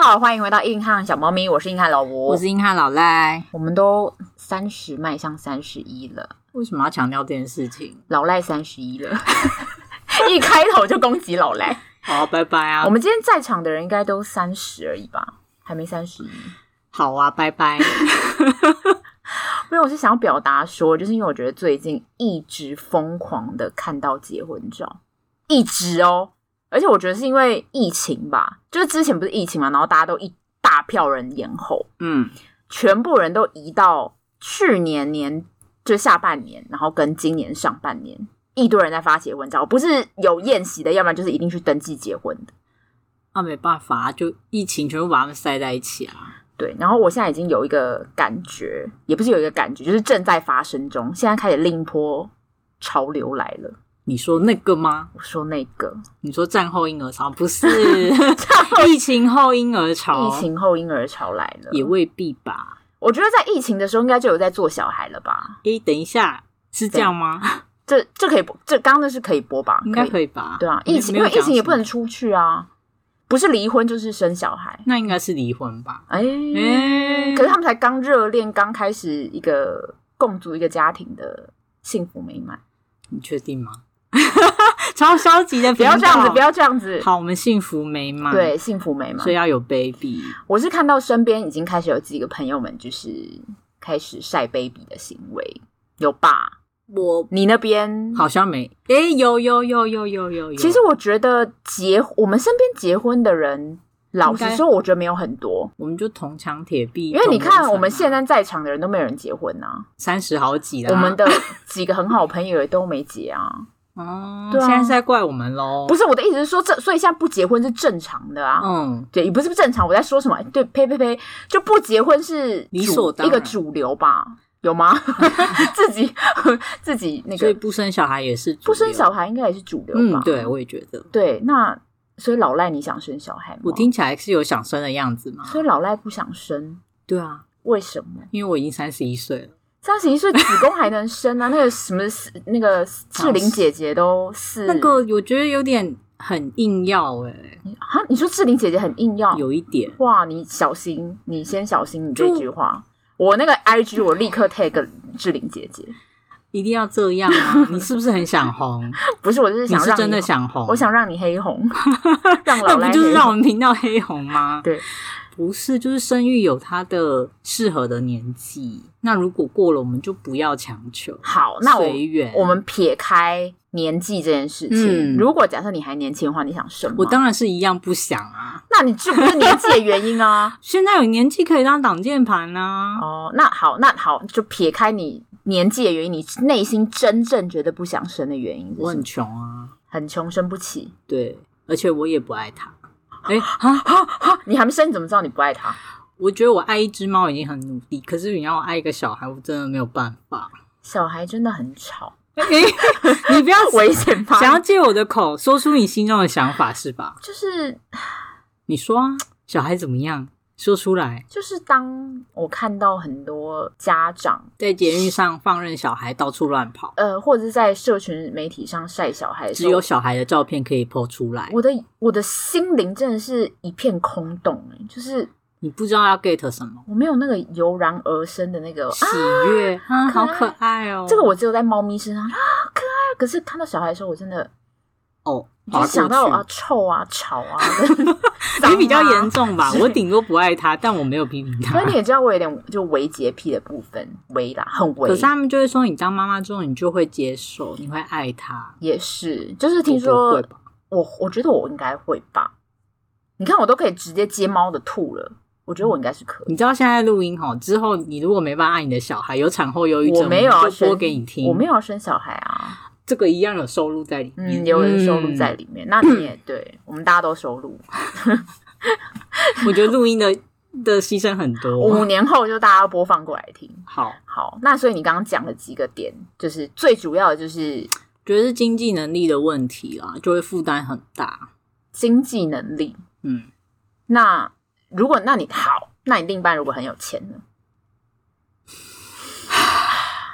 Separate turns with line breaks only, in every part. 好，欢迎回到硬汉小猫咪，我是硬汉老吴，
我是硬汉老赖。
我们都三十迈向三十一了，
为什么要强调这件事情？
老赖三十一了， 一开头就攻击老 赖。
好，拜拜啊！
我们今天在场的人应该都三十而已吧，还没三十一。
好啊，拜拜。
没有，我是想要表达说，就是因为我觉得最近一直疯狂的看到结婚照，一直哦，而且我觉得是因为疫情吧，就是之前不是疫情嘛，然后大家都一大票人延后，
嗯，
全部人都移到去年年就下半年，然后跟今年上半年，一堆人在发结婚照，不是有宴席的，要不然就是一定去登记结婚的。
那、啊没办法，就疫情全部把他们塞在一起啊。
对，然后我现在已经有一个感觉，也不是有一个感觉，就是正在发生中。现在开始另一波潮流来了。
你说那个吗？
我说那个
你说战后婴儿潮不是疫情后婴儿潮？
疫情后婴儿潮来了，
也未必吧？
我觉得在疫情的时候应该就有在做小孩了吧？
诶，等一下，是这样吗？
这这可以播，这刚刚那是可以播吧？
应该
啊可
可
以。
以吧？
对啊，
没
疫情
没
因
有
为疫情也
讲什么
不能出去啊，不是离婚就是生小孩。
那应该是离婚吧？
哎、
诶，
可是他们才刚热恋，刚开始一个共组一个家庭的幸福美满。
你确定吗？ 超消极的，
不要这样子，不
要。
要这样子。
好，我们幸福美满。
对，幸福美满
所。以要有 baby。
我是看到身边已经开始有几个朋友们，就是开始晒 baby 的行为，有吧？
我
你那边
好像没，诶，有有有有有有有。
其实我觉得结我们身边结婚的人，老实
应该
说，我觉得没有很多，
我们就铜墙铁壁，
因为你看我们现
在
在在场的人都没有人结婚啊，
啊三十好几了，
我们的几个很好的朋友也都没结啊。
哦，
对啊
现在是在怪我们喽，
不
是，
是我的意思是说，这所以现在不结婚是正常的啊。
嗯，
对，也不是不正常，我在说什么？对，呸呸呸，就不结婚是
理
主
所当
一个
然
主流吧？有吗？ 自己自己那
所以
个
不生小孩也是
不生小
孩，
孩应该也是主流吧？
嗯，对，我也觉得，
对，那所以老赖你想生小孩吗？
我，听起来是有想生的样子嘛，
所以老赖不想生，
对啊，
为什么？
因为我已经三十一岁了，
三十一岁子宫还能生啊？那个什么那个志玲姐姐都四
那个我觉得有点很硬要哎、
啊？你说志玲姐姐很硬要？
有一点，
哇，你小心，你先小心你这
就
句话。我那个 IG 我立刻 tag 志玲姐姐，
一定要这样 啊，你是不是很想红？
不是，我就是
你
想
是
让
真的
你
想红，
我想让你黑 红，让老
那
赖
不就是
黑
让我
红
们频道黑红吗？
对，
不是，就是生育有它的适合的年纪。那如果过了，我们就不要强求，
好，那我
随缘。
我们撇开年纪这件事情，
嗯
如果假设你还年轻的话，你想生吗？
我当然是一样不想啊。
那你这不是年纪的原因啊？
现在有年纪可以当挡箭盘啊。
哦，那好，那好，就撇开你年纪的原因，你内心真正觉得不想生的原因是什
我很
么？
穷啊，
很穷，生不起。
对，而且我也不爱他。哎、哈，
哈，哦你还没生，你怎么知道你不爱他？
我觉得我爱一只猫已经很努力，可是你要我爱一个小孩，我真的没有办法。
小孩真的很吵，
哎你不要
危险吧？
想要借我的口说出你心中的想法是吧？
就是
你说啊，小孩怎么样？说出来。
就是，当我看到很多家长，
在捷运上放任小孩到处乱跑，
呃，或者是在社群媒体上晒小孩的时
只
候，
有小孩的照片可以 po 出来，
我的我的心灵真的是一片空洞、哎，就是
你不知道要 get 什么
我没有那个油然而生的那个
喜
啊，
悦啊，
可爱
好可爱哦！
这个我只有在猫咪身上啊，可爱。可是看到小孩的时候，我真的
哦，
就
划
是想
过
到
去
啊，臭啊，吵 啊，
你比较严 重 吧？
是
我顶多不爱他，但我没有批评
所
他
啊以。你也知道我有点就微洁癖的部分，微啦，很微。
可是他们就会说，你当妈妈之后，你就会接受，你会爱他。
也是，就是听
我不
说
会吧
我，我觉得我应该会吧。你看，我都可以直接接猫的吐了，我觉得我应该是可以。
你知道现在录音哈，之后你如果没办法爱你的小孩，有产后忧郁症，
我没有要
们就播
生
给你听。
我没有要生小孩啊，
这个一样有收入在里面，
嗯，有人收入在里面，那你 也对，我们大家都收入。
嗯。我觉得录音的的牺牲很
五
多。
年后就大家播放过来听。
好，
好，那所以你刚刚讲了几个点，就是最主要的就是
觉得是经济能力的问题啦，就会负担很大。
经济能力。
嗯，
那如果那你好，那你另一半如果很有钱呢？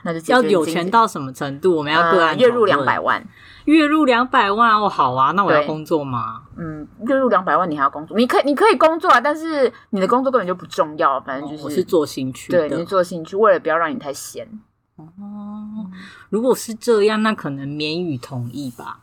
那就解决
要
你
有
经
钱
济
到什么程度？我们要
呃
个案、
月入两百，万，
月入两百万哦，好啊，那我要
对
工作吗？
嗯，月入两百万你还要工作，你可以你可以工作啊，但是你的工作根本就不重要，反正就
哦
是,、
我是做兴趣
对，你是
的。
做兴趣，为了不要让你太闲。
哦，如果是这样，那可能免予同意吧？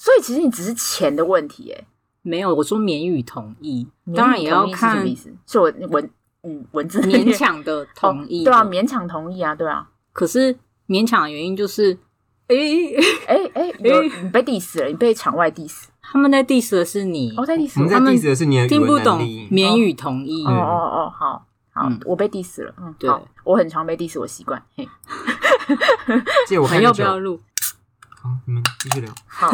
所以其实你只是钱的问题、欸，
没有，我说免予同意，
哎，
当然也要
什
看
么意思？是我文嗯文字
勉强的同
哦
意的、
对啊，勉强同意啊，对啊，
可是勉强的原因就是，诶、
哎、哎、有你被 diss 了，你被场外 diss，
他们在 diss 的是你，嗯
哦，在
我
diss
们
我
在
他们
diss 的是你的语
听不
文
懂
能力，嗯
免予同意。
哦哦哦，好好、
嗯
我被 diss 了，嗯，
对
好，我很常被 diss，我习惯，嘿，
借我
还
看
要
个
不
酒。
要录？
好，你们继续聊。
好，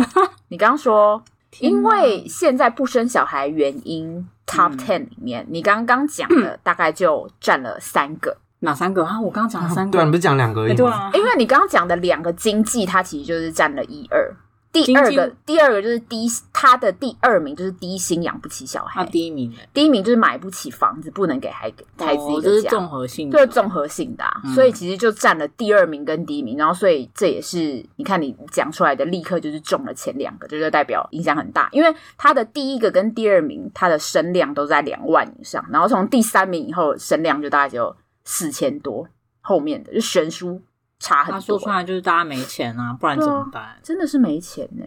你刚刚说，
天哪嗯
因为现在不生小孩原因 top ten 里面，你刚刚讲的大概就占了三个，
哪三个啊？我刚刚讲了三个，
对啊，你不是讲两个而
诶
已
对
吗？
啊，
因为你刚刚讲的两个经济，它其实就是占了一二。第二
经
个
济，
第二个就是低，他的第二名就是低薪养不起小
他
孩，
第一名嘞，
第一名就是买不起房子，不能给孩孩子一
哦这
个
是
家，
综合性
这
的，
是综合性的、啊，
嗯
所以其实就占了第二名跟第一名，然后所以这也是你看你讲出来的，立刻就是中了前两个，就是代表影响很大，因为他的第一个跟第二名，他的声量都在两万以上，然后从第三名以后，声量就大概只有四千多，后面的就悬殊差很
他
多
说出，来就是大家没钱啊，不然怎么办？
真的是没钱呢、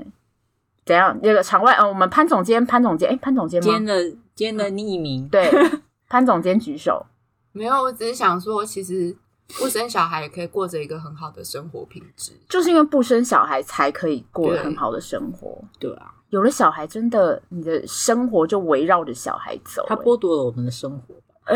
怎样？那个场外，呃，我们潘总监，潘总监，哎、潘总监
今天
吗？
的今天的匿名，
嗯对，潘总监举手。
没有，我只是想说，其实不生小孩也可以过着一个很好的生活品质。
就是因为不生小孩才可以过得
对
很好的生活，
对啊，
有了小孩，真的你的生活就围绕着小孩走、
他
欸
剥夺了我们的生活。
而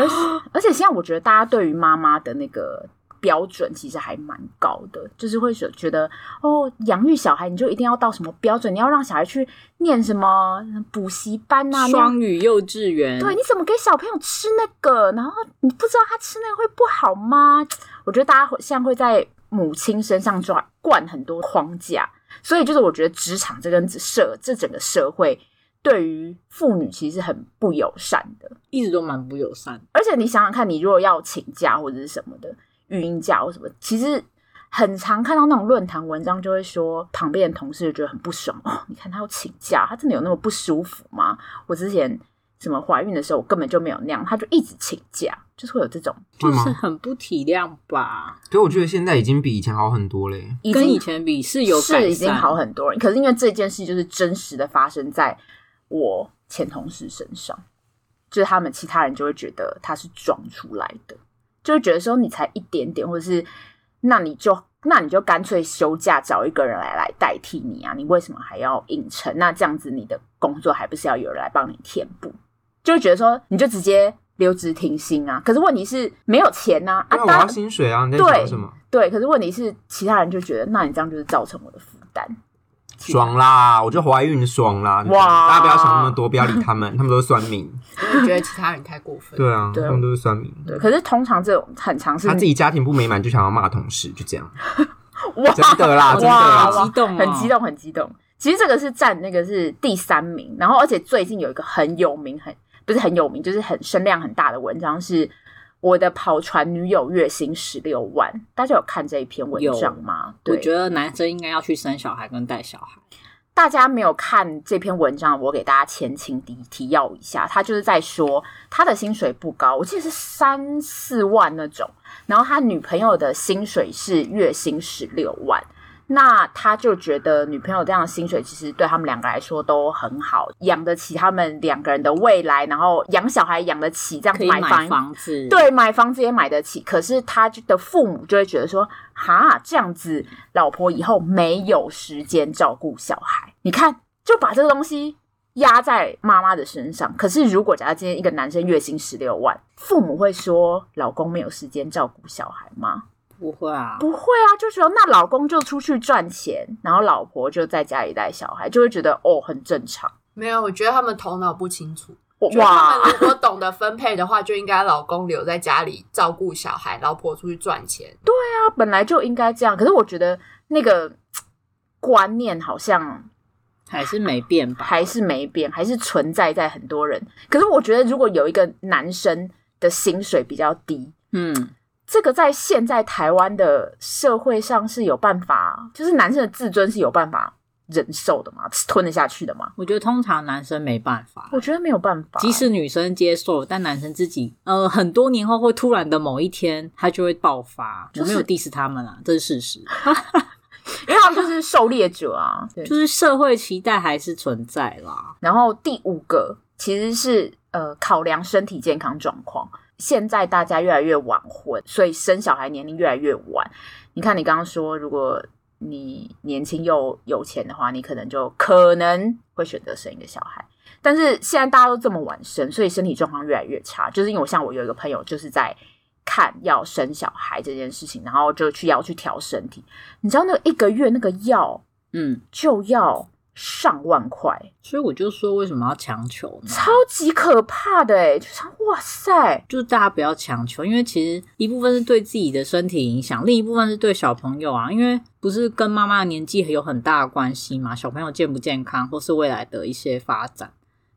而且现在我觉得大家对于妈妈的那个标准其实还蛮高的，就是会觉觉得哦，养育小孩你就一定要到什么标准，你要让小孩去念什么补习班啊，那样
双语幼稚园，
对，你怎么给小朋友吃那个？然后你不知道他吃那个会不好吗？我觉得大家会现在会在母亲身上抓灌很多框架，所以就是我觉得职场这跟社这整个社会对于妇女其实很不友善的。
一直都蛮不友善的。
而且你想想看，你如果要请假或者是什么的育婴假或什么，其实很常看到那种论坛文章就会说，旁边的同事就觉得很不爽哦。你看他要请假，他真的有那么不舒服吗？ 我之前什么怀孕的时候，我根本就没有那样，他就一直请假，就是会有这种
就
会
是
吗？
很不体谅吧，
对，我觉得现在已经比以前好很多嘞。
已
跟
经
以前比是有改
是
善，
已经好很多人，可是因为这件事就是真实的发生在我前同事身上，就是他们其他人就会觉得他是装出来的，就会觉得说你才一点点，或者是那你就那你就干脆休假找一个人来来代替你啊，你为什么还要硬撑？那这样子你的工作还不是要有人来帮你填补？就会觉得说你就直接留职停薪啊，可是问题是没有钱呐啊，
那
啊
我要
当
薪水啊！你在
对
讲什么？
对，可是问题是其他人就觉得那你这样就是造成我的负担。
爽啦！我就怀孕爽啦！
哇
大家不要想那么多，不要理他们，他们都是酸 民。
我也觉得其他人太过分。
对啊，
对
他们都是酸民。
对，可是通常这种很常是
他自己家庭不美满就想要骂同事，就这样。
哇
真的
哇
啦，啊真的
好
啦。
激动哦
很激动，很激动。其实这个是占那个是第三名，然后而且最近有一个很有名，很不是很有名，就是很声量很大的文章是我的跑船女友月薪十六万，大家有看这一篇文章吗？
我
对，
觉得男生应该要去生小孩跟带小孩。
大家没有看这篇文章，我给大家前情提提要一下，他就是在说他的薪水不高，我记得是三四万那种，然后他女朋友的薪水是月薪十六万。那他就觉得女朋友这样的薪水其实对他们两个来说都很好，养得起他们两个人的未来，然后养小孩养得起，这样
可以买
房
房子，，
对，买房子也买得起，可是他的父母就会觉得说，哈，这样子老婆以后没有时间照顾小孩，你看就把这个东西压在妈妈的身上。可是如果假设今天一个男生月薪十六万，父母会说老公没有时间照顾小孩吗？
不会啊，
不会啊，就觉得那老公就出去赚钱，然后老婆就在家里带小孩，就会觉得哦很正常。
没有，我觉得他们头脑不清楚。哇！
哇，
如果懂得分配的话，就应该老公留在家里照顾小孩，老婆出去赚钱。
他本来就应该这样，可是我觉得那个观念好像
还是没变吧？
还是没变，还是存在在很多人。可是我觉得，如果有一个男生的薪水比较低，
嗯，
这个在现在台湾的社会上是有办法，就是男生的自尊是有办法忍受的嘛，吞得下去的嘛？
我觉得通常男生没办法，
我觉得没有办法，
即使女生接受，但男生自己，呃，很多年后会突然的某一天，他就会爆发。
就是
我没有 diss 他们啊，这是事实，
因为他们就是狩猎者啊。对
就是社会期待还是存在啦。
然后第五个其实是呃考量身体健康状况。现在大家越来越晚婚，所以生小孩年龄越来越晚。你看，你刚刚说，如果你年轻又有钱的话，你可能就可能会选择生一个小孩。但是现在大家都这么晚生，所以身体状况越来越差。就是因为我像我有一个朋友，就是在看要生小孩这件事情，然后就去要去调身体。你知道那个一个月那个药
嗯，
就要上万块，
所以我就说为什么要强求呢？
超级可怕的哎、欸，就想哇塞，
就是大家不要强求，因为其实一部分是对自己的身体影响，另一部分是对小朋友啊，因为不是跟妈妈的年纪有很大的关系嘛，小朋友健不健康，或是未来的一些发展。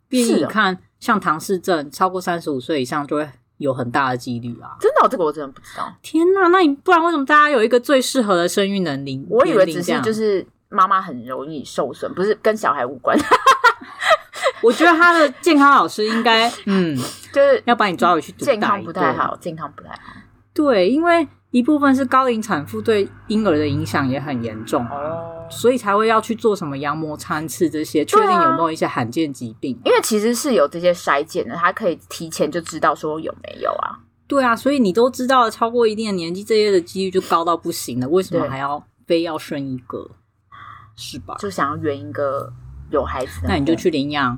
毕竟
是
你
哦
看，像唐氏症，超过三十五岁以上就会有很大的几率啊！
真的哦、这个我真的不知道，
天呐，那你不然为什么大家有一个最适合的生育能力？
我以为
年龄
只
这
是
样
就是妈妈很容易受损，不是跟小孩无关，
我觉得他的健康老师 应该，嗯，
就是
要把你抓回去毒打
健
一顿
康不太好，健康不太好
对，因为一部分是高龄产妇对婴儿的影响也很严重啊。
哦。
所以才会要去做什么羊膜穿刺这些，确
对啊
定有没有一些罕见疾病。
因为其实是有这些筛检的，他可以提前就知道说有没有啊。
对啊，所以你都知道了，超过一定的年纪，这些的几率就高到不行了，为什么
对
还要非要生一个？是吧？
就想要圆一个有孩子的梦，
那你就去领养，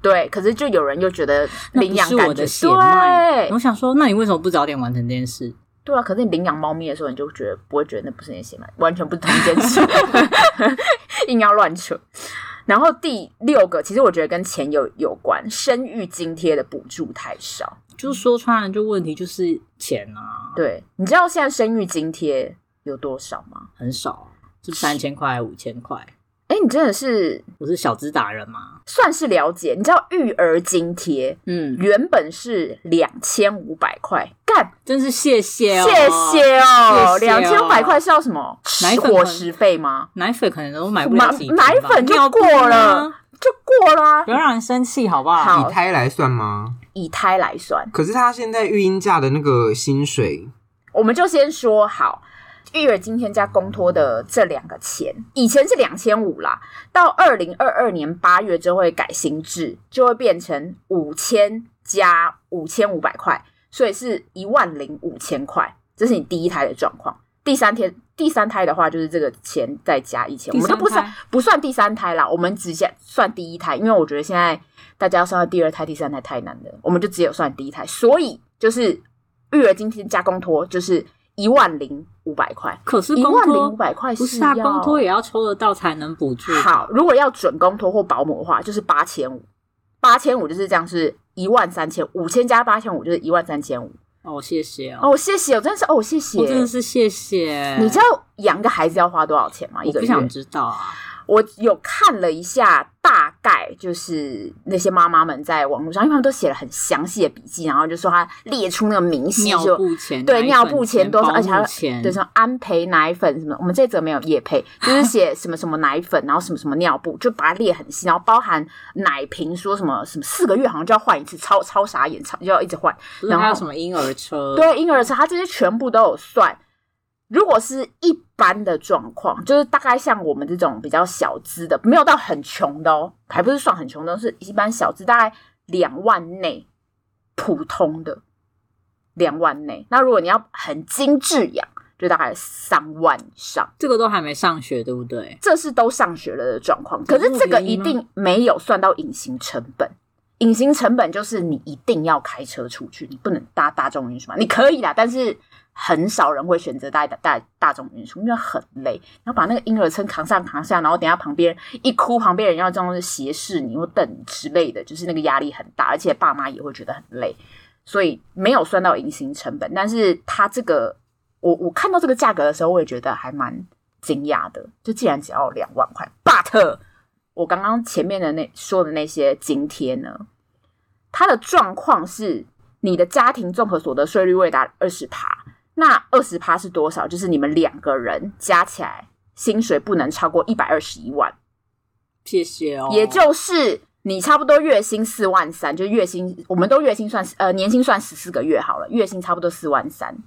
对。可是就有人又觉得
那
领
不
养
是
感
我
觉
的血脉。我
对
想说，那你为什么不早点完成这件事？
对啊。可是你领养猫咪的时候，你就觉得不会觉得那不是你的血脉，完全不是同一件事， 硬要乱扯。然后第六个，其实我觉得跟钱有有关，生育津贴的补助太少。
就是说穿了，就问题就是钱啊，
对，你知道现在生育津贴有多少吗？
很少啊，是三千块、五千块，
哎，你真的是
我是小资达人嘛。
算是了解。你知道育儿津贴
嗯，
原本是两千五百块，干，
真是谢谢哦，
谢谢哦，
谢谢
两
哦
千五百块是要什么？
奶
吃
粉
伙
吗
食费吗？
奶粉可能都买不
奶
了几瓶吧
奶粉就
尿布
过
呢
了，就过啦、
不要让人生气好不好？
好
以胎来算吗？
以胎来算，
可是他现在育婴假的那个薪水，
我们就先说好。育儿津贴加公托的这两个钱，以前是两千五啦，到二零二二年八月就会改新制，就会变成五千加五千五百块，所以是一万零五千块。这是你第一胎的状况。第三天，第三胎的话，就是这个钱再加一千，我
第
们
三胎
都不算不算第三胎啦，我们只先算第一胎，因为我觉得现在大家要算到第二胎、第三胎太难了，我们就只有算第一胎，所以就是育儿津贴加公托就是一万零五百块，
可是
一
公
万零
托
五百块
不是啊，
要
公托也要抽得到才能补助。
好，如果要准公托或保姆的话，就是八千五，八千五就是这样，是一万三千五，千加八千五就是一万三千五。
哦，谢谢哦，
哦，谢谢，我真的是哦，谢谢，
我真的是谢谢。
你知道养个孩子要花多少钱吗？一
我
个
不
月？
想知道啊，
我有看了一下，大概就是那些妈妈们在网络上，因为他们都写了很详细的笔记，然后就说他列出那个明细，
尿
就
布钱
对
奶
尿
粉
布
钱
多少，
保
而且还
姆
有
钱
对什么安培奶粉什么，我们这则没有夜配，就是写什么什么奶粉，然后什么什么尿布，就把它列很细，然后包含奶瓶，说什么什么四个月好像就要换一次，超超傻眼，超就要一直换。
不是还
然
有
后
什么婴儿车？
对，婴儿车，它这些全部都有算。如果是一般的状况，就是大概像我们这种比较小资的，没有到很穷的哦，还不是算很穷的，是一般小资，大概两万内，普通的两万内。那如果你要很精致养，就大概三万以上，
这个都还没上学，对不对？
这是都上学了的状况。可是
有这么
这个
便宜
一
吗
定没有算到隐形成本。隐形成本就是你一定要开车出去，你不能搭大众运输嘛？你可以啦，但是很少人会选择搭大大众运输，因为很累，然后把那个婴儿车扛上扛下，然后等一下旁边一哭，旁边人要这样子斜视你或瞪你之类的，就是那个压力很大，而且爸妈也会觉得很累，所以没有算到隐形成本。但是它这个，我我看到这个价格的时候，我也觉得还蛮惊讶的，就竟然只要两万块，but 我刚刚前面的那说的那些津贴呢，它的状况是你的家庭综合所得税率未达二十趴，那二十趴是多少？就是你们两个人加起来薪水不能超过一百二十一万，
谢谢哦。
也就是你差不多月薪四万三，就月薪我们都月薪算呃年薪算十四个月好了，月薪差不多四万三，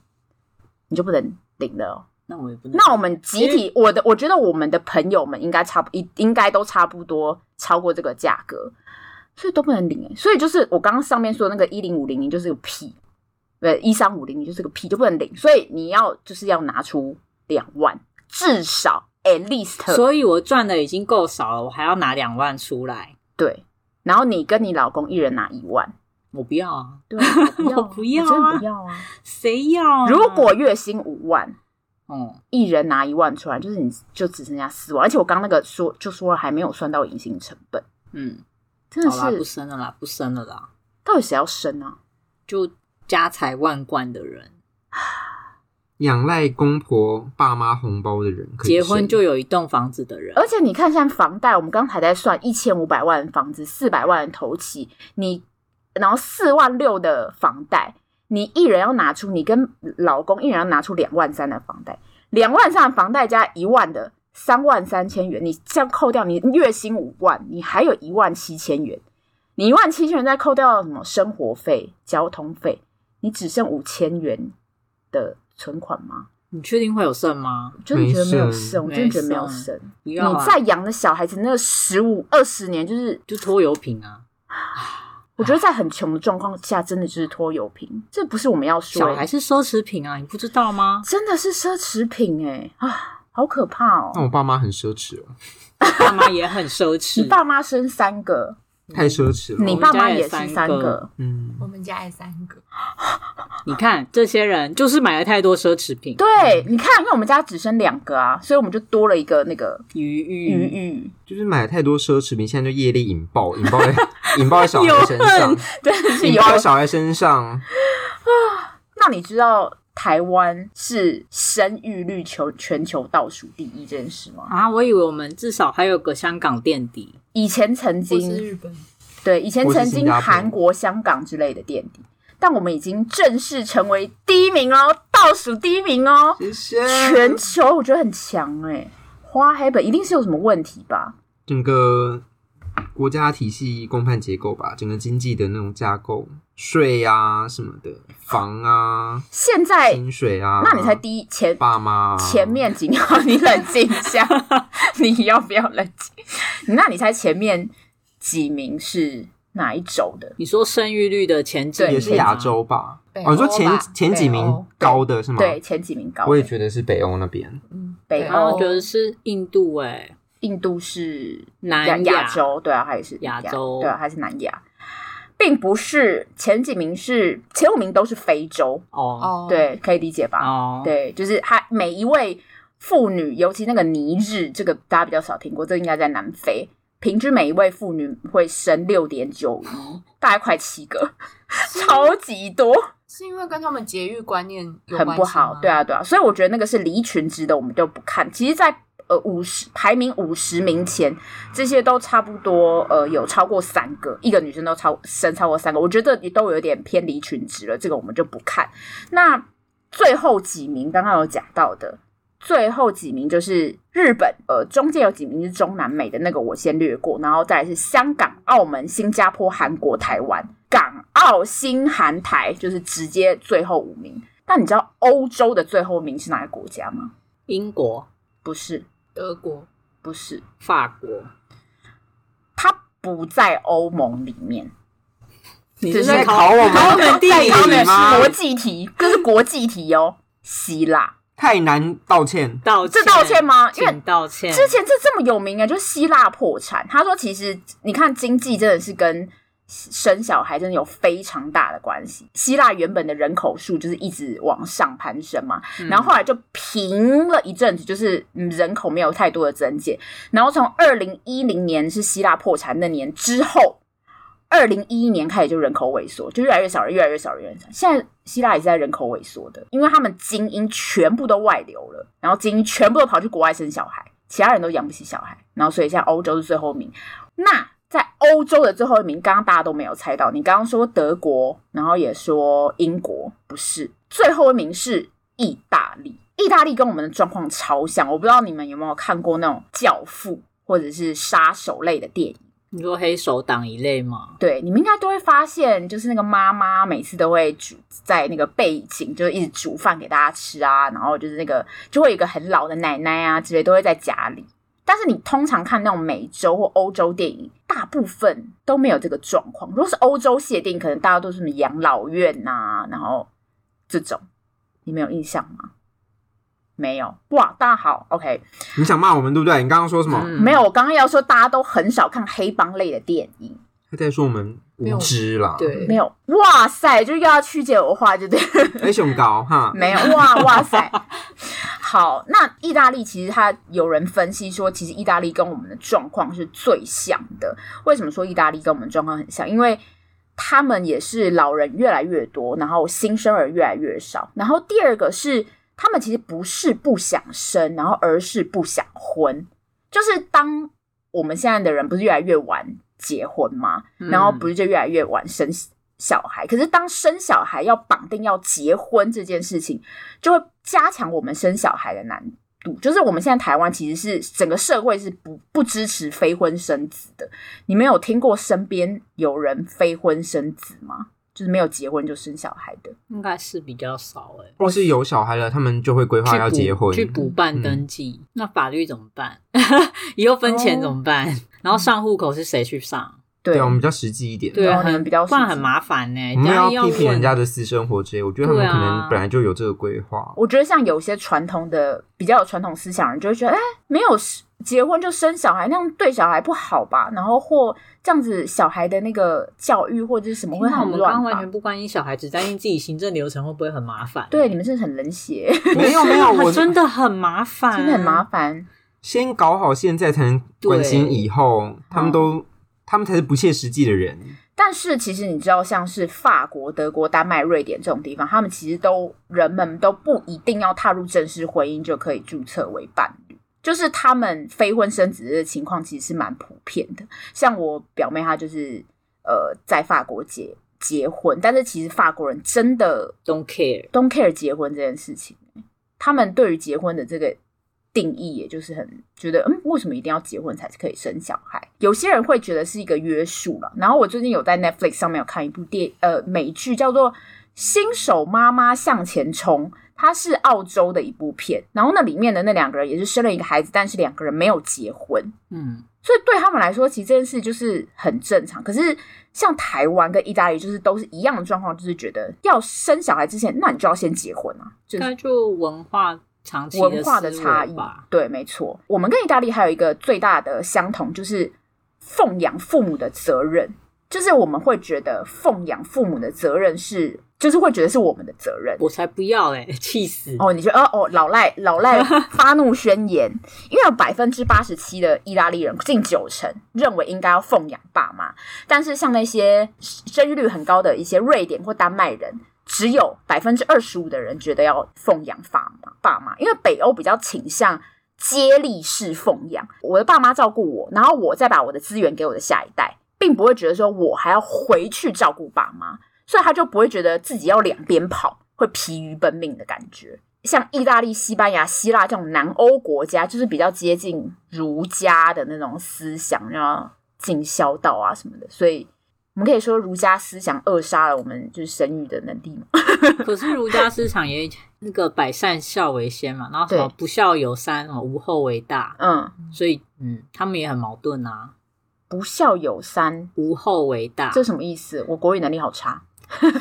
你就不能领了、哦。
那我也不能。
那我们集体，我的我觉得我们的朋友们应该差不一应该都差不多超过这个价格，所以都不能领、欸。所以就是我刚刚上面说的那个一零五零零就是个屁，对，一三五零零就是个屁，就不能领。所以你要就是要拿出两万，至少 at least
所以我赚的已经够少了，我还要拿两万出来，
对，然后你跟你老公一人拿一万，
我不要啊！
对，
我不要啊
我真的不要啊！
谁要啊、
如果月薪五万，
嗯，
一人拿一万出来，就是你就只剩下四万，而且我刚那个说就说了还没有算到隐形成本，
嗯，
真的
好啦，不
是
生了啦，不生了啦，
到底谁要生啊？
就家财万贯的人，
仰赖公婆爸妈红包的人，可以
结婚
生
就有一栋房子的人，
而且你看，现在房贷，我们刚才在算一千五百万房子，四百万的头期，你然后四万六的房贷，你一人要拿出，你跟老公一人要拿出两万三的房贷，两万三的房贷加一万的三万三千元，你这样扣掉，你月薪五万，你还有一万七千元，你一万七千元再扣掉什么生活费、交通费，你只剩五千元的存款吗？
你确定会有剩吗？
我真的觉得没有
没
剩，
剩
我真的觉得没有
没剩
剩。
不要、
你
啊，
再养的小孩子，那十五二十年，就是
就拖油瓶啊，
我觉得在很穷的状况下，真的就是拖油瓶，这不是我们要说
小
的，
孩是奢侈品啊，你不知道吗？
真的是奢侈品哎、啊，好可怕哦！
那我爸妈很奢侈哦，
爸妈也很奢 侈，
你爸妈生三个，
太奢侈了。
你
们
爸
家
妈
也
也
三
生三
个
个，
嗯，
我们家也三个，
你看这些人就是买了太多奢侈品，
对，你看，因为我们家只生两个啊，所以我们就多了一个那个
余裕
鱼鱼，
就是买太多奢侈品，现在就业力引 爆，引爆在引爆在小
有
孩身上
恨，
对，是
引
有。
爆在小孩身上。
那你知道台湾是生育率球全球倒数第一这件事吗？
啊！我以为我们至少还有个香港垫底，
以前曾
不
经
是日本，
对，以前
或是
曾
新
经
加坡
韩国、香港之类的垫底，但我们已经正式成为第一名哦，倒数第一名哦，
谢谢。
全球我觉得很强哎、花黑本一定是有什么问题吧？
整个国家体系公判结构吧，整个经济的那种架构，税啊什么的，房啊，
现在，
薪水啊，
那你才第一前
爸妈啊
前面几秒，你冷静一 下，你要不要冷静？那你猜前面几名是哪一州的？
你说生育率的前几
对
也是
名吗
亚，洲吧？
北
哦，
欧
你说前
吧
前几
北欧
名高的是吗？
对，，前几名高的，
我也觉得是北欧那边。
嗯，
北
然后
欧
我觉得是印度哎、
印度是
南
亚
亚
亚洲，对啊，它也是
亚洲
对啊，它是南亚，并不是前几名是前五名都是非洲，
哦
哦，，
对，可以理解吧？
哦，
对，就是它每一位妇女，尤其那个尼日，这个大家比较少听过，这应该在南非，平均每一位妇女会生六点九
哦
一，大概快七个， 超级多，
是因为跟他们节育观念有
很
关
不
系吗
好。对，啊，对啊，所以我觉得那个是离群值的，我们就不看。其实在，呃五十排名五十名前，这些都差不多，呃，有超过三个，一个女生都超生超过三个，我觉得也都有点偏离群值了，这个我们就不看。那最后几名刚刚有讲到的。最后几名就是日本，呃，中间有几名是中南美的那个我先略过，然后再来是香港、澳门、新加坡、韩国、台湾、港澳新韩台，就是直接最后五名。但你知道欧洲的最后名是哪个国家吗？
英国、
不是，
德国
不是，
法国，
它不在欧盟里面，
你
只
是
是
在
在
考我
考
们
我
的地
在考
理
的
吗
是？国际题，这是国际题哦。希腊，
太难道歉，
道
这道歉吗因为
请道歉。
之前这这么有名啊，就是希腊破产。他说，其实你看经济真的是跟生小孩真的有非常大的关系。希腊原本的人口数就是一直往上攀升嘛，
嗯
然后后来就平了一阵子，就是嗯人口没有太多的增减。然后从二零一零年是希腊破产那年之后。二零一一年开始就人口萎缩，就越来越少人，越来越少人，越来越少人。现在希腊也是在人口萎缩的，因为他们精英全部都外流了，然后精英全部都跑去国外生小孩，其他人都养不起小孩，然后所以现在欧洲是最后一名。那在欧洲的最后一名，刚刚大家都没有猜到，你刚刚说德国，然后也说英国，不是最后一名是意大利。意大利跟我们的状况超像，我不知道你们有没有看过那种《教父》或者是杀手类的电影。
你说黑手党一类吗？
对，你们应该都会发现，就是那个妈妈每次都会煮在那个背景，就是一直煮饭给大家吃啊，然后就是那个就会有一个很老的奶奶啊之类都会在家里。但是你通常看那种美洲或欧洲电影，大部分都没有这个状况。如果是欧洲系的电影，可能大家都是什么养老院呐、然后这种，你们有印象吗？没有哇，大家好，OK，、
你想骂我们对不对？你刚刚说什么？
没有。我刚刚要说，大家都很少看黑帮类的电影。
他在说我们无知
嗯
啦，
对
没，有，哇塞，就又要曲解我话，就对，
哎，熊高哈，
嗯
没有，哇哇塞。好，那意大利其实它有人分析说，其实意大利跟我们的状况是最像的。为什么说意大利跟我们状况很像？因为他们也是老人越来越多，然后新生儿越来越少。然后第二个是，他们其实不是不想生，然后而是不想婚。就是当我们现在的人不是越来越晚结婚吗？然后
嗯
嗯
不是就越来越晚生小孩。可是当生小孩要绑定要结婚这件事情，就会加强我们生小孩的难度。就是我们现在台湾其实是整个社会是不不支持非婚生子的。你们有听过身边有人非婚生子吗？就是没有结婚就生小孩的，
应该是比较少哎、
或是有小孩了，他们就会规划要
去补
结婚，嗯
去补办登记，那法律怎么办？ 以后分钱怎么办？
哦
然后上户口是谁去上？
对
对啊，我们比较实际一点，
对，
哦你们
很
比较
不然
实
很
际
麻烦呢、欸。
我们
要
批评
问
人家的私生活之类，我觉得他们
对啊
可能本来就有这个规划。
我觉得像有些传统的比较有传统思想的人，就会觉得，哎，没有结婚就生小孩，那样对小孩不好吧？然后或这样子小孩的那个教育或者是什么会
那我
很
们刚
乱
刚完
吧
全？不关心小孩，只担心自己行政流程会不会很麻烦？
对，你们真的很冷血，
没有没有，
它
我
真的很麻烦，
真的很麻烦。
先搞好现在，才能关心以后。他
哦
们都，他们才是不切实际的人。
但是其实你知道，像是法国、德国、丹麦、瑞典这种地方，他们其实都人们都不一定要踏入正式婚姻就可以注册为伴侣，就是他们非婚生子的情况其实是蛮普遍的。像我表妹她就是呃在法国结结婚，但是其实法国人真的
，Don't care。
don't care 结婚这件事情，他们对于结婚的这个定义，也就是很觉得，嗯，为什么一定要结婚才可以生小孩？有些人会觉得是一个约束了。然后我最近有在 Netflix 上面有看一部电呃美剧，叫做《新手妈妈向前冲》。它是澳洲的一部片，然后那里面的那两个人也是生了一个孩子，但是两个人没有结婚，
嗯，
所以对他们来说，其实这件事就是很正常。可是像台湾跟意大利，就是都是一样的状况，就是觉得要生小孩之前，那你就要先结婚啊，就
应
是
该就文化长期
文化的
思维
差异
吧。。
对，没错。我们跟意大利还有一个最大的相同，就是奉养父母的责任，就是我们会觉得奉养父母的责任是，就是会觉得是我们的责任。
我才不要嘞、气死！
哦，你觉得哦哦，老赖老赖发怒宣言，因为有百分之八十七的意大利人，近九成认为应该要奉养爸妈，但是像那些生育率很高的一些瑞典或丹麦人，只有百分之二十五的人觉得要奉养爸妈爸妈，因为北欧比较倾向。接力式奉养，我的爸妈照顾我，然后我再把我的资源给我的下一代，并不会觉得说我还要回去照顾爸妈，所以他就不会觉得自己要两边跑，会疲于奔命的感觉。像意大利、西班牙、希腊这种南欧国家，就是比较接近儒家的那种思想，然后尽孝道啊什么的，所以我们可以说儒家思想扼杀了我们就是生育的能力嘛。
可是儒家思想也那个百善孝为先嘛，然后什么
对
不孝有三，什么无后为大，
嗯，
所以嗯，他们也很矛盾啊。
不孝有三，
无后为大，
这什么意思？我国语能力好差。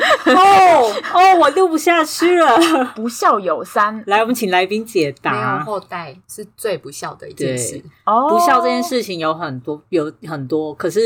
哦哦，我录不下去了。
不孝有三
来，我们请来宾解
没有哦
答。
后代是最不孝的一件事
啊对。
哦，
不孝这件事情有很多，有很多，可是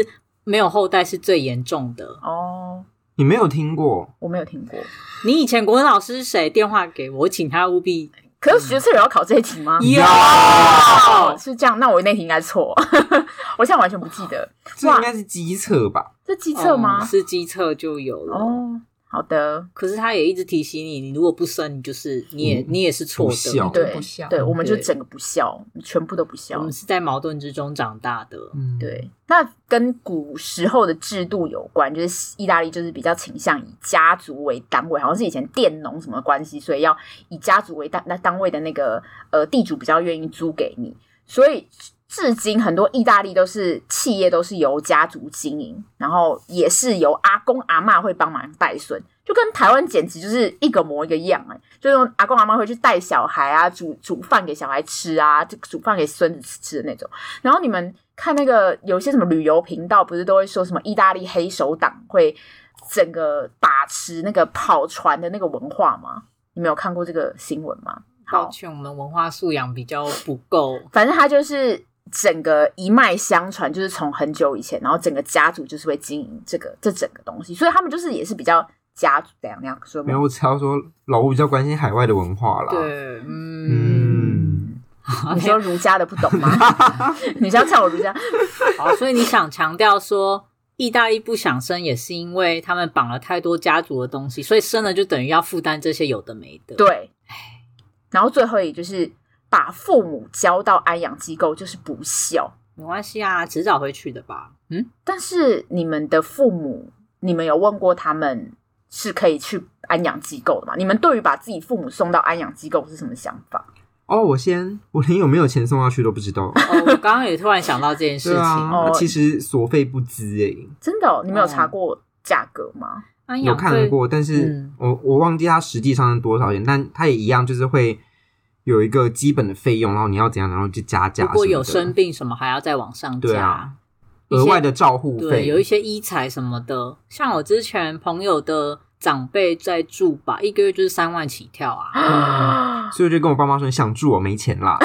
没有后代是最严重的。
哦，
你没有听过？
我没有听过。
你以前国文老师是谁？电话给我，我请他务必
可是学测有要考这一题吗？
有
哦，是这样，那我那题应该错， 我现在完全不记得。
这应该是机测吧？
这机测吗
嗯？是机测就有了。
哦，好的，
可是他也一直提醒你，你如果不生，你就是你也、
嗯
你也是错
不孝
的。
对
不孝
对，我们就
对
整个不孝，全部都不孝
我。们是在矛盾之中长大的。
嗯，
对，那跟古时候的制度有关，就是意大利就是比较倾向以家族为单位，好像是以前佃农什么关系，所以要以家族为单那单位的那个呃地主比较愿意租给你，所以至今很多意大利都是企业都是由家族经营，然后也是由阿公阿嬷会帮忙带孙。就跟台湾简直就是一个模一个样哎、就用阿公阿妈会去带小孩啊，煮煮饭给小孩吃啊，就煮饭给孙子吃吃的那种。然后你们看那个有一些什么旅游频道，不是都会说什么意大利黑手党会整个把持那个跑船的那个文化吗？你们有看过这个新闻吗？
抱
好，
歉，我们文化素养比较不够。
反正他就是整个一脉相传，就是从很久以前，然后整个家族就是会经营这个这整个东西，所以他们就是也是比较家族怎样那样说吗
没有，我只要说老吴比较关心海外的文化啦。，
对，嗯，
嗯，
你说儒家的不懂吗？ 你是要唱我儒家？
好，所以你想强调说，意大利不想生，也是因为他们绑了太多家族的东西，所以生了就等于要负担这些有的没的。，
对。然后最后也就是把父母交到安养机构，就是不孝。
没关系啊，迟早会去的吧。嗯，
但是你们的父母，你们有问过他们是可以去安养机构的吗？你们对于把自己父母送到安养机构是什么想法？
哦，我先，我连有没有钱送下去都不知道。
哦，我刚刚也突然想到这件事
对
情。
啊，
哦
其实所费不赀欸诶，
真的哦、你们有
哦
查过价格吗？
安
有
养
看
费
过，但是
嗯
我我忘记它实际上是多少钱，但它也一样，就是会有一个基本的费用，然后你要怎样，然后就加价什
如
么的。
果有生病什么，还要再往上
对
加
啊。
一些
额外的照护费，
对，有一些医材什么的，像我之前朋友的长辈在住吧，一个月就是三万起跳啊，
嗯所以我就跟我爸妈说，你想住我没钱 啦。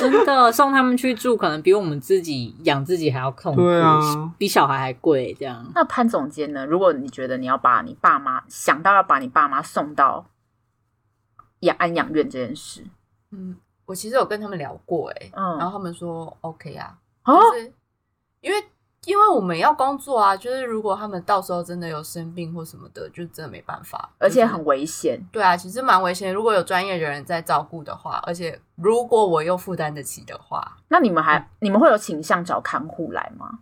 真的送他们去住，可能比我们自己养自己还要痛苦，
对啊，
比小孩还贵这样。
那潘总监呢？如果你觉得你要把你爸妈想到要把你爸妈送到养安养院这件事，
嗯，我其实有跟他们聊过、欸，
嗯，
然后他们说 OK 啊，
哦，
就是因为因为我们要工作啊，就是如果他们到时候真的有生病或什么的，就真的没办法，
而且
就是
很危险。
对啊，其实蛮危险。如果有专业的人在照顾的话，而且如果我又负担得起的话，
那你们
嗯
还你们会有倾向找看护来吗？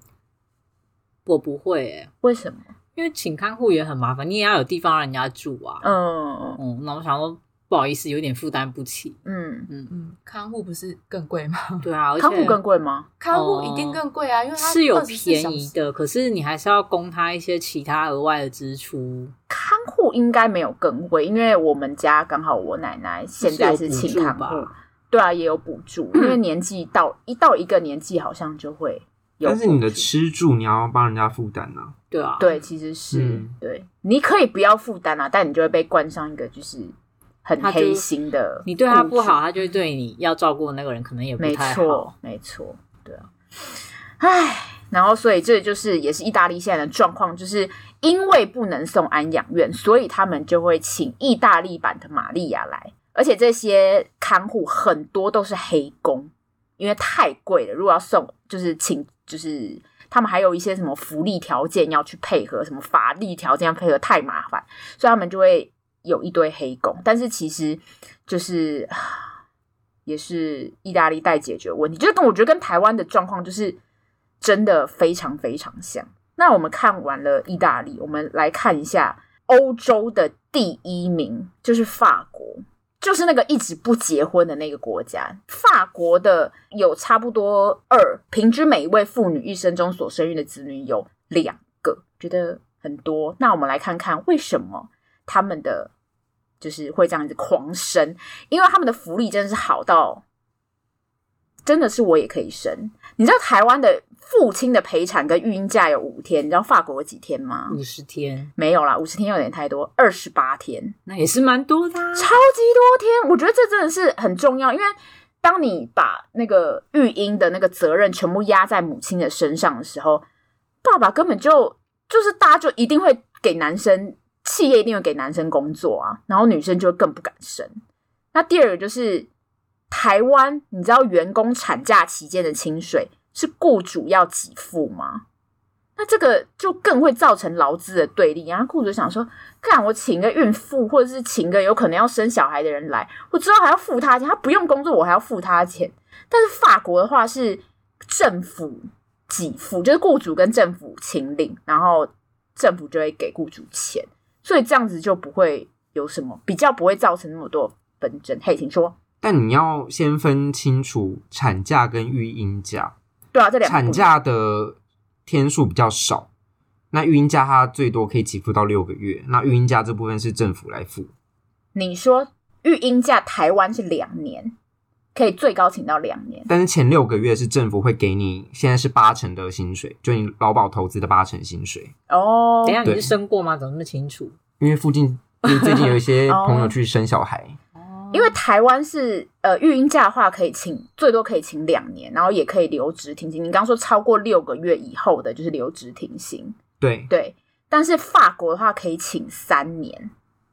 我不会、欸，
为什么？
因为请看护也很麻烦，你也要有地方让人家住啊。
嗯
嗯，那我想说，不好意思，有点负担不 起。
嗯，
嗯，
嗯，看护不是更贵吗？
对啊，而且
看护更贵吗？
看护一定更贵啊，因为它
是有
24小
便宜
时。
的，可是你还是要供他一些其他额外的支出。
看护应该没有更贵，因为我们家刚好我奶奶现在是
是有补
请
助
看护
吧，
对啊，也有补助， 因为年纪到一到一个年纪好像就会有补
但
助。
是你的吃住你要帮人家负担啊。
对啊，
对，其实是、
嗯
对，你可以不要负担啊，但你就会被冠上一个就是很
他就
黑心的，
你对他不好，，他就会对你要照顾的那个人可能也不
嗯没
太好。
错，没错，对啊，唉，然后所以这就是也是意大利现在的状况，就是因为不能送安养院，所以他们就会请意大利版的玛利亚来，而且这些看护很多都是黑工，因为太贵了，如果要送就是请就是。他们还有一些什么福利条件要去配合，什么法律条件要配合，太麻烦，所以他们就会有一堆黑工。但是其实就是啊也是意大利待解决问题，就是跟我觉得跟台湾的状况就是真的非常非常像。那我们看完了意大利，我们来看一下欧洲的第一名，就是法国。就是那个一直不结婚的那个国家，法国的有差不多二，平均每一位妇女一生中所生育的子女有两个，觉得很多。那我们来看看为什么他们的就是会这样子狂生，因为他们的福利真的是好到，真的是我也可以生。你知道台湾的父亲的陪产跟育婴假有五天，你知道法国有几天吗？
五十天，
没有啦，五十天有点太多，二十八天。
那也是蛮多的、啊。
超级多天，我觉得这真的是很重要，因为当你把那个育婴的那个责任全部压在母亲的身上的时候，爸爸根本就就是大家就一定会给男生，企业一定会给男生工作啊，然后女生就更不敢生。那第二个就是台湾，你知道员工产假期间的薪水是雇主要给付吗？那这个就更会造成劳资的对立。然后雇主想说，看我请个孕妇，或者是请个有可能要生小孩的人来，我之后还要付他钱，他不用工作，我还要付他钱。但是法国的话是政府给付，就是雇主跟政府请领，然后政府就会给雇主钱，所以这样子就不会有什么比较不会造成那么多纷争。嘿，请说，
但你要先分清楚产假跟育婴假。
对啊，这两个
产
不一样
假的天数比较少，那育婴假它最多可以给付到六个月。那育婴假这部分是政府来付，
你说育婴假台湾是两年，可以最高请到两年，
但是前六个月是政府会给你，现在是八成的薪水，就你劳保投资的八成薪水。
哦
等一，下你
对
是生过吗？怎么那么清楚？
因为附近因为最近有一些
哦
朋友去生小孩，
因为
嗯
台湾是呃育婴假的话可以请最多可以请两年，然后也可以留职停薪。你刚刚说超过六个月以后的就是留职停薪，
对，
对。但是法国的话可以请三年，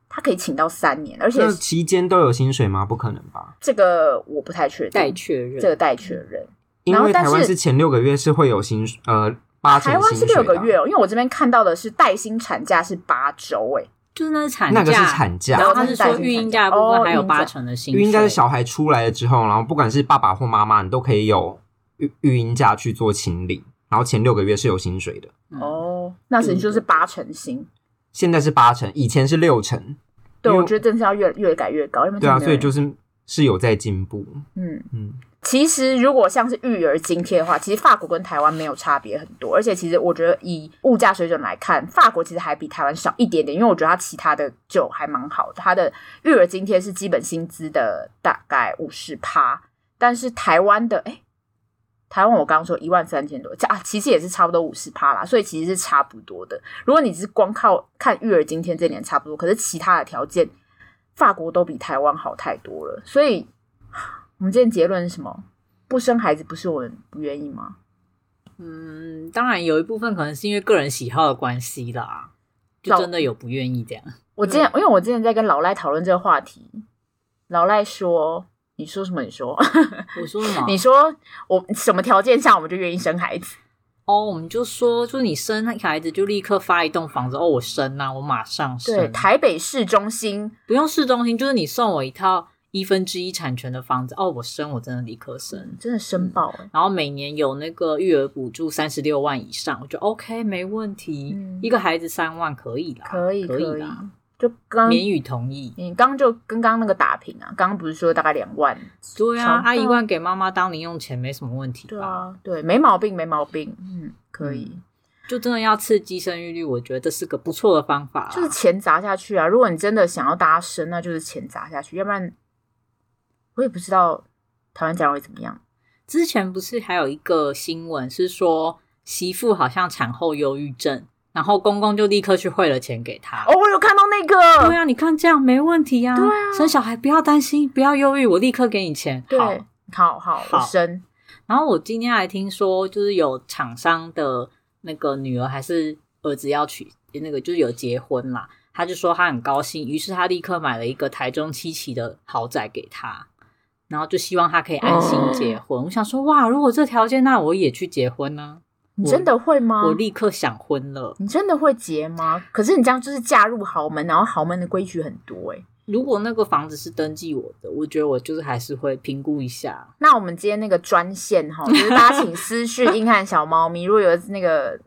他可以请到三年，而且
那期间都有薪水吗？不可能吧，
这个我不太确
待
定，
确认。
这个待确认。
因
然后
为
但
台湾
是
是前六个月是会有薪水，呃八成
台湾是
薪水
六
的
个
啊
月、哦，因为我这边看到的是带薪产假是八周、欸，
就是那是产假，
那个是产假
然后他是说育婴假的部分还有八成的薪
因
水，
为应该是小孩出来了之后，然后不管是爸爸或妈妈，你都可以有育育婴假去做请领，然后前六个月是有薪水的。
嗯
哦，那是就是八成薪。
现在是八成，以前是六成，
对，
因为
我觉得真的是要越越改越高，因为
对啊，所以就是是是有在进步。
嗯。
嗯，
其实，如果像是育儿津贴的话，其实法国跟台湾没有差别很多，而且其实我觉得以物价水准来看，法国其实还比台湾少一点点，因为我觉得它其他的就还蛮好的，它的育儿津贴是基本薪资的大概五十趴，但是台湾的哎，台湾我刚刚说一万三千多，啊，其实也是差不多五十趴啦，所以其实是差不多的。如果你只是光靠看育儿津贴这点差不多，可是其他的条件，法国都比台湾好太多了，所以。我们今天结论是什么？不生孩子不是我们不愿意吗？
嗯，当然有一部分可能是因为个人喜好的关系啦，就真的有不愿意这样。
我之前、因为我之前在跟老赖讨论这个话题，老赖说：“你说什么？你
啊
说，
我说什 么？
你说我什么条件下我们就愿意生孩子
哦，我们就说，就是你生孩子就立刻发一栋房子，哦，我生啊，我马上？”
对，
生，
台北市中心
不用市中心，就是你送我一套一分之一产权的房子，哦，我生，我真的立刻生。嗯
真的生爆哎、
然后每年有那个育儿补助三十六万以上，我觉得 OK 没问题，
嗯
一个孩子三万可以啦，
可以
可
以
啦，，
就刚
免予同意。
你刚就跟刚刚那个打平啊，刚刚不是说大概两万？
对啊，
床
阿一
上
万给妈妈当零用钱没什么问题
对
吧？
啊，对，没毛病，没毛病，嗯，可以。
就真的要刺激生育率，我觉得这是个不错的方法啊啦。
就是钱砸下去啊！如果你真的想要大家生，那就是钱砸下去，要不然我也不知道台湾将来会怎么样。
之前不是还有一个新闻是说媳妇好像产后忧郁症，然后公公就立刻去汇了钱给她。
哦，我有看到那个，
对啊，你看这样没问题呀、
对啊
生小孩不要担心，不要忧郁，我立刻给你钱。
对
好，
好好
啊好
我生，
然后我今天还听说，就是有厂商的那个女儿还是儿子要娶那个，就是有结婚啦。他就说他很高兴，于是他立刻买了一个台中七期的豪宅给他，然后就希望他可以安心
哦
结婚。我想说，哇，如果这条件，那我也去结婚呢、
你真的会吗？
我立刻想婚了。
你真的会结吗？可是你这样就是嫁入豪门，然后豪门的规矩很多哎、
如果那个房子是登记我的，我觉得我就是还是会评估一下。
那我们今天那个专线哈，就是大家请私 讯硬汉小猫咪，如果有那个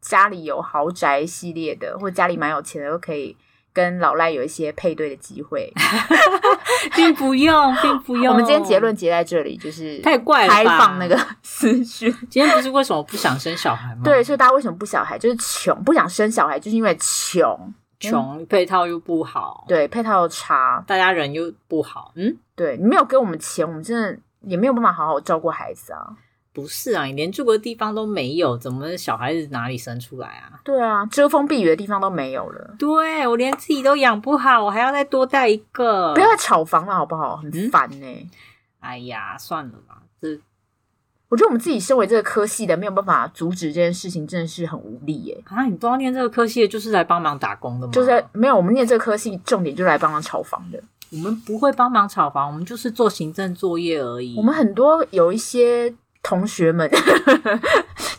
家里有豪宅系列的，或者家里蛮有钱的，都可以跟老赖有一些配对的机会。
并不用，并不用。
我们今天结论结在这里，就是
太怪了吧嗯
开放 那个思绪。
今天不是为什么不想生小孩吗？
对，，所以大家为什么不小孩？就是穷，不想生小孩，就是因为穷。
穷配套又不好，
嗯对，配套又差，
大家人又不好，嗯，
对你没有给我们钱，我们真的也没有办法好好照顾孩子啊。
不是啊，你连住个地方都没有，怎么小孩子哪里生出来啊？
对啊，遮风避雨的地方都没有
嗯
了，
对我连自己都养不好，我还要再多带一个。
不要再炒房了好不好？很
嗯
烦欸呢、
哎呀，算了吧，这
我觉得我们自己身为这个科系的，没有办法阻止这件事情，真的是很无力耶、
啊，你不要念这个科系的，就是来帮忙打工的吗？
就是没有，我们念这个科系，重点就是来帮忙炒房的。
我们不会帮忙炒房，我们就是做行政作业而已。
我们很多有一些同学们，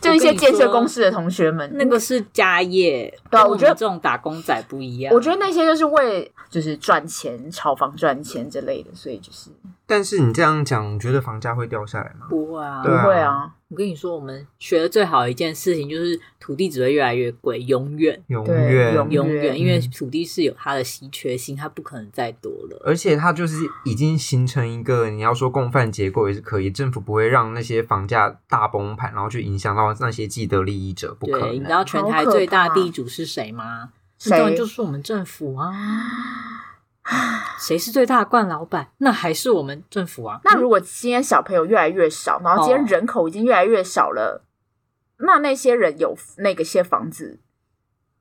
就一些建设公司的同学们，
那个是家业，
对啊
跟
我
我
觉得
们这种打工仔不一样。
我觉得那些就是为就是赚钱、炒房赚钱之类的，所以就是
但是你这样讲，你觉得房价会掉下来吗？
不会啊
不，
对啊
会啊。
我跟你说，我们学的最好的一件事情就是土地只会越来越贵，永远。
永
对
远
永，
永
嗯
远，因为土地是有它的稀缺性，它不可能再多了。
而且它就是已经形成一个，你要说共犯结构也是可以，政府不会让那些房价大崩盘，然后去影响到那些既得利益者，不可
对，你知
能。
道全台最大地主是谁吗？
谁
那当然就是我们政府啊！谁是最大的惯老板？那还是我们政府啊！
那如果今天小朋友越来越少，然后今天
哦
人口已经越来越少了，那那些人有那个些房子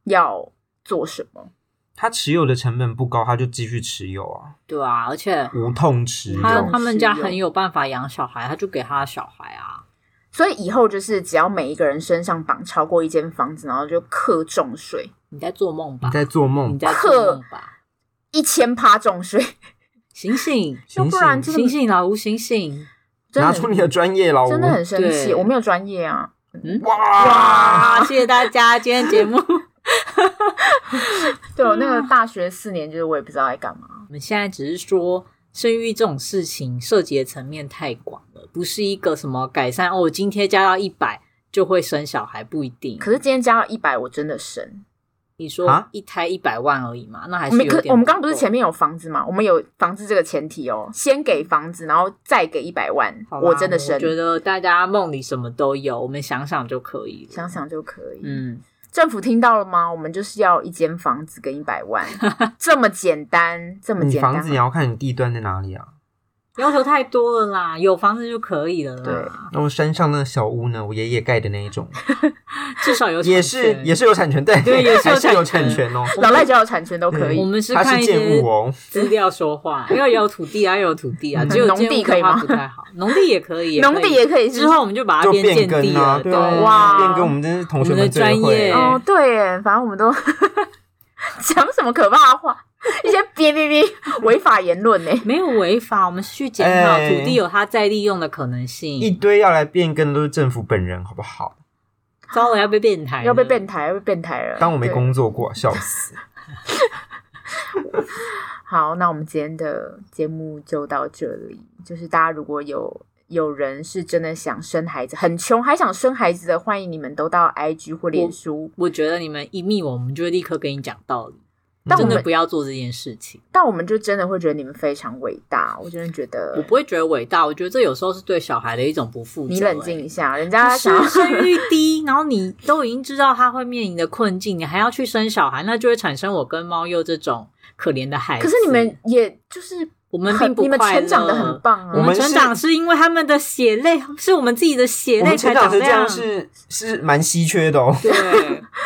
要做什么？
他持有的成本不高，他就继续持有啊，
对啊，而且
无痛持有。
他
有
他们家
是有
很有办法养小孩，他就给他的小孩啊。
所以以后就是只要每一个人身上绑超过一间房子，然后就克重税，
你在做梦吧
你？在做
嗯
梦
你，在做梦吧？
一千趴重税，
醒醒，
要
醒
不然真
醒，
醒
的
醒，老吴醒醒！
真的
拿出你的专业老吴
真的很生气，
哦对
我没有专业啊。
哇！
啊，谢谢大家，今天节目我
对，我那
啊
个大学四年，就是我也不知道在干嘛。
们现在只是说。生育这种事情涉及的层面太广了，不是一个什么改善哦，津贴加到一百就会生小孩，不一定。
可是今天加到一百，我真的生。
你说
啊
一胎一百万而已嘛，那还
我
是
们
有
可
点。
我们刚刚不是前面有房子嘛？我们有房子这个前提哦，先给房子，然后再给一百万，
好啦
我真的生
我。觉得大家梦里什么都有，我们想想就可以了。
想，想就可以。
嗯，
政府听到了吗？我们就是要一间房子跟一百 万，这么简单，这么
你
简单。啊
房子也要看你地段在哪里啊。
要求太多了啦，有房子就可以了啦，
那我山上那个小屋呢？我爷爷盖的那 一种，
至少有
也
产
是
权
也。是有产权，对
对也是有
还是有
产
产
权
权哦。
老赖只要有产权都可以
我。们是
它
看
是
一些
建物哦，
资料说话，要有土地啊，要有土地啊，
嗯
只有
农地
建物
可以
的话
吗
不太好，农地也可以，
农地也可以是
之后我们就把它
就
变
变
建地
更
了，
啊，
对
对啊，
哇
变更我们真是同学们最
我们的专
会
业
哦，对耶，反正我们都 讲什么可怕的话，一些别别别违法言论呢。
没有违法，我们是去检讨
哎
土地有它再利用的可能
一
性。
堆要来变更的都是政府本人，好不好？
糟了，要被变态了，
要被变态，要被变态了。
当我没
对
工作过，笑死。
好，那我们今天的节目就到这里。就是大家如果有有人是真的想生孩子，很穷还想生孩子的，欢迎你们都到 IG 或脸书。
我觉得你们一密我，我们就会立刻跟你讲道理，
但我
真的
们
不要做这件事情。
但我们就真的会觉得你们非常伟大，我真的觉得
我不会觉得伟大，我觉得这有时候是对小孩的一种不负责。
你冷静一下，人家
哎。
想要
是生育低，然后你都已经知道他会面临的困境，你还要去生小孩，那就会产生我跟猫鼬这种可怜的孩子。
可是你们也就是
我们
很
并不
你们
快
成长的
乐
很棒啊，
我
我
们
们
成
是
长是因为他们的血泪，是我们自己的血
我
泪
们
才
成长成这样
样。
是是蛮稀缺的哦。
对，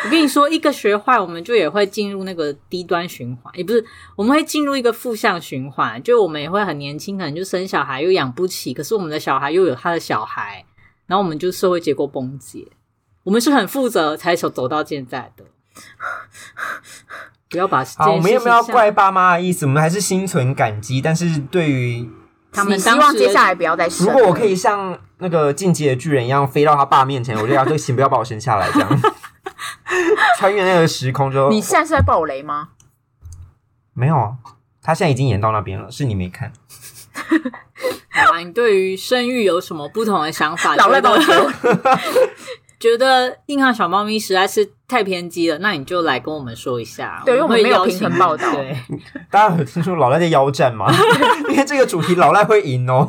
我跟你说，一个学坏，我们就也会进入那个低端循环，也不是，我们会进入一个负向循环，就我们也会很年轻，可能就生小孩又养不起，可是我们的小孩又有他的小孩，然后我们就社会结构崩解。我们是很负责才走走到现在的，不要把这
好，
件
我们也
事
没
情
有要
像
怪爸妈的意思，我们还是心存感激。但是对于
他
你
们
希
当
望
时
接下来不要再生
如
了。
果我可以像那个进击的巨人一样飞到他爸面前，我就要就请不要把我生下来，这样穿越那个时空之后，
你现在是在暴雷吗？
没有啊？他现在已经演到那边了，是你没看。
好啊，你对于生育有什么不同的想法？
老赖
觉得
帮我结尾
觉得硬汉小猫咪实在是太偏激了，那你就来跟我们说一下。
对因为
我
我
们
们
会
没有
邀请
平衡报
你
道
对，
大家有听说老赖在腰战吗？ 因为这个主题老赖会赢哦。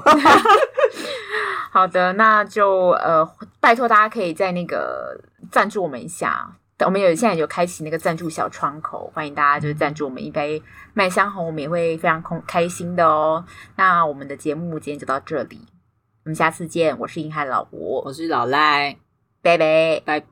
好的，那就呃，拜托大家可以在那个赞助我们一下。我们有现在有开启那个赞助小窗口，欢迎大家就是赞助我们一杯麦香红，我们也会非常空开心的哦。那我们的节目今天就到这里，我们下次见。我是硬汉老吴
我，是老赖。
拜拜。